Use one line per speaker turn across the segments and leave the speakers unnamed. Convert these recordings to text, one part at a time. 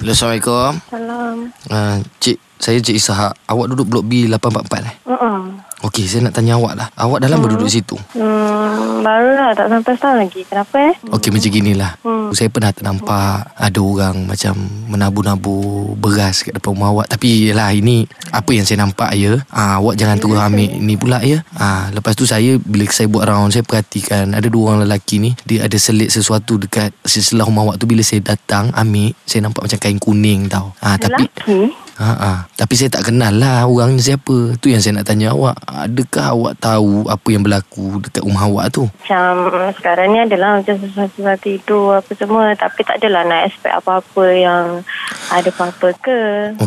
Hello, Assalamualaikum.
Salam.
Uh, Cik, saya Cik Isahak. Awak duduk blok B 844 eh?
Uh-uh.
Okey, saya nak tanya awak lah. Awak dah lama duduk situ?
Hmm, baru lah tak sampai setahun lagi. Kenapa eh?
Okey, macam ginilah.
Hmm.
Saya pernah ternampak ada orang macam menabu-nabu beras kat depan rumah awak. Tapi lah ini apa yang saya nampak ya. Ah, awak jangan terus ambil ni pula ya. Ah, lepas tu saya bila saya buat round saya perhatikan ada dua orang lelaki ni dia ada selit sesuatu dekat sisilah rumah awak tu bila saya datang ambil saya nampak macam kain kuning tau. Ah, tapi
Lelaki?
Ha ah. Tapi saya tak kenal lah orang ni siapa. Tu yang saya nak tanya awak. Adakah awak tahu apa yang berlaku dekat rumah awak tu?
Macam mm, sekarang ni adalah macam sesuatu-sesuatu tidur apa semua. Tapi tak adalah nak expect apa-apa yang ada apa-apa ke.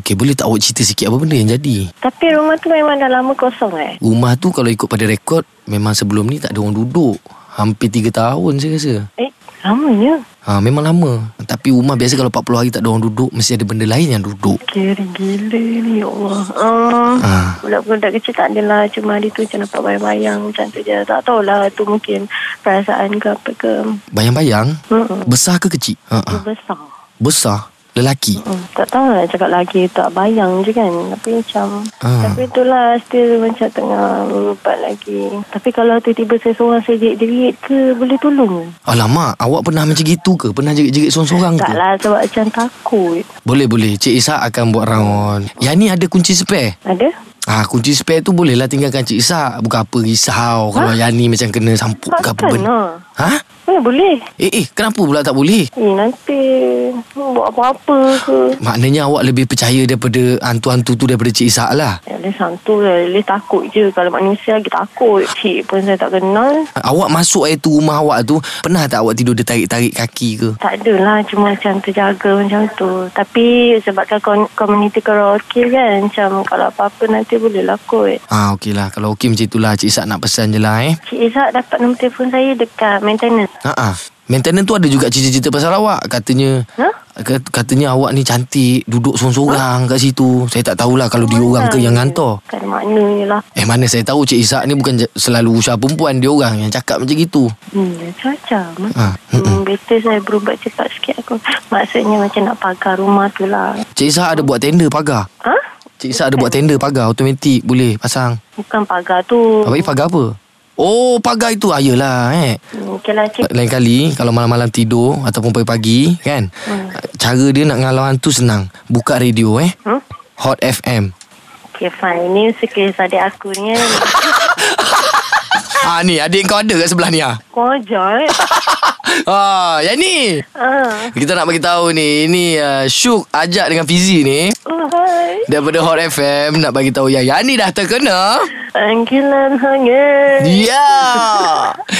Okey, boleh tak awak cerita sikit apa benda yang jadi?
Tapi rumah tu memang dah lama kosong eh.
Rumah tu kalau ikut pada rekod, memang sebelum ni tak ada orang duduk. Hampir 3 tahun saya rasa.
Eh, lamanya.
Ha, memang lama. Tapi rumah biasa kalau 40 hari tak ada orang duduk, mesti ada benda lain yang duduk.
Kira gila ni, ya Allah. Um,
Ah.
Budak-budak kecil tak adalah Cuma hari tu macam nampak bayang-bayang Macam tu je Tak tahulah tu mungkin Perasaan ke apa ke
Bayang-bayang,
Mm-mm.
besar ke kecil? Ha, ha.
Dia besar
Besar, lelaki.
Hmm, tak tahu nak cakap lagi tak bayang je kan tapi macam
Ah.
ah. tapi itulah still macam tengah berubat lagi tapi kalau tiba-tiba saya seorang saya jerit-jerit ke boleh tolong
Alamak, awak pernah macam gitu ke? Pernah jerit-jerit seorang-seorang ke?
tak lah sebab macam takut
Boleh boleh Cik Isa akan buat round Yang ni ada kunci spare
ada
Ah, kunci spare tu bolehlah tinggalkan Cik Isa Bukan apa risau Kalau yang ni macam kena sampuk ke apa
takkan
benda
lah
Ha?
eh, boleh
Eh eh kenapa pula tak boleh?
eh nanti hmm, buat apa-apa ke
Maknanya awak lebih percaya daripada hantu-hantu tu daripada Cik Isa lah
Ya, dia santu lah. Dia takut je. Kalau manusia lagi takut. Cik pun saya tak kenal.
Awak masuk air tu rumah awak tu Pernah tak awak tidur dia tarik-tarik kaki ke?
Tak adalah cuma macam terjaga macam tu. Tapi sebabkan kon- komuniti karaoke kan macam kalau apa-apa nanti boleh lah kot.
Ah okey lah Kalau okey macam itulah Cik Isa nak pesan je lah eh
Cik Izzat dapat nombor telefon saya dekat maintenance.
Haa Maintenance tu ada juga cerita-cerita pasal awak Katanya
Ha?
Kat- Katanya awak ni cantik Duduk sorang-sorang kat situ Saya tak tahulah kalau dia orang ke yang hantar
Tak ada maknanya lah.
Eh mana saya tahu Cik Isak ni bukan j- selalu usaha perempuan Dia orang yang cakap macam gitu
Hmm, macam-macam.
ha.
Hmm, better saya berubat cepat sikit aku. Maksudnya macam nak pagar rumah tu lah.
Cik Isak ada buat tender pagar
Ha?
Cik Isak ada buat tender pagar Automatik boleh pasang
Bukan pagar tu.
Apa ni pagar apa? Oh pagar itu ah, Yelah eh
Hmm, okay lah cik.
Lain kali Kalau malam-malam tidur Ataupun pagi-pagi Kan
Hmm.
Cara dia nak ngalau hantu senang Buka radio eh
Hmm?
Hot FM
Okay fine. Ini sekiranya adik aku ni. kan.
Ah ni adik kau ada kat sebelah ni ah.
Kojol.
Ah, yang ni.
Ah.
Kita nak bagi tahu ni, ini uh, Syuk ajak dengan Fizi ni
Oh, hai.
daripada Hot FM nak bagi tahu yang Yani dah terkena.
Angkilan hangat.
Ya. Yeah.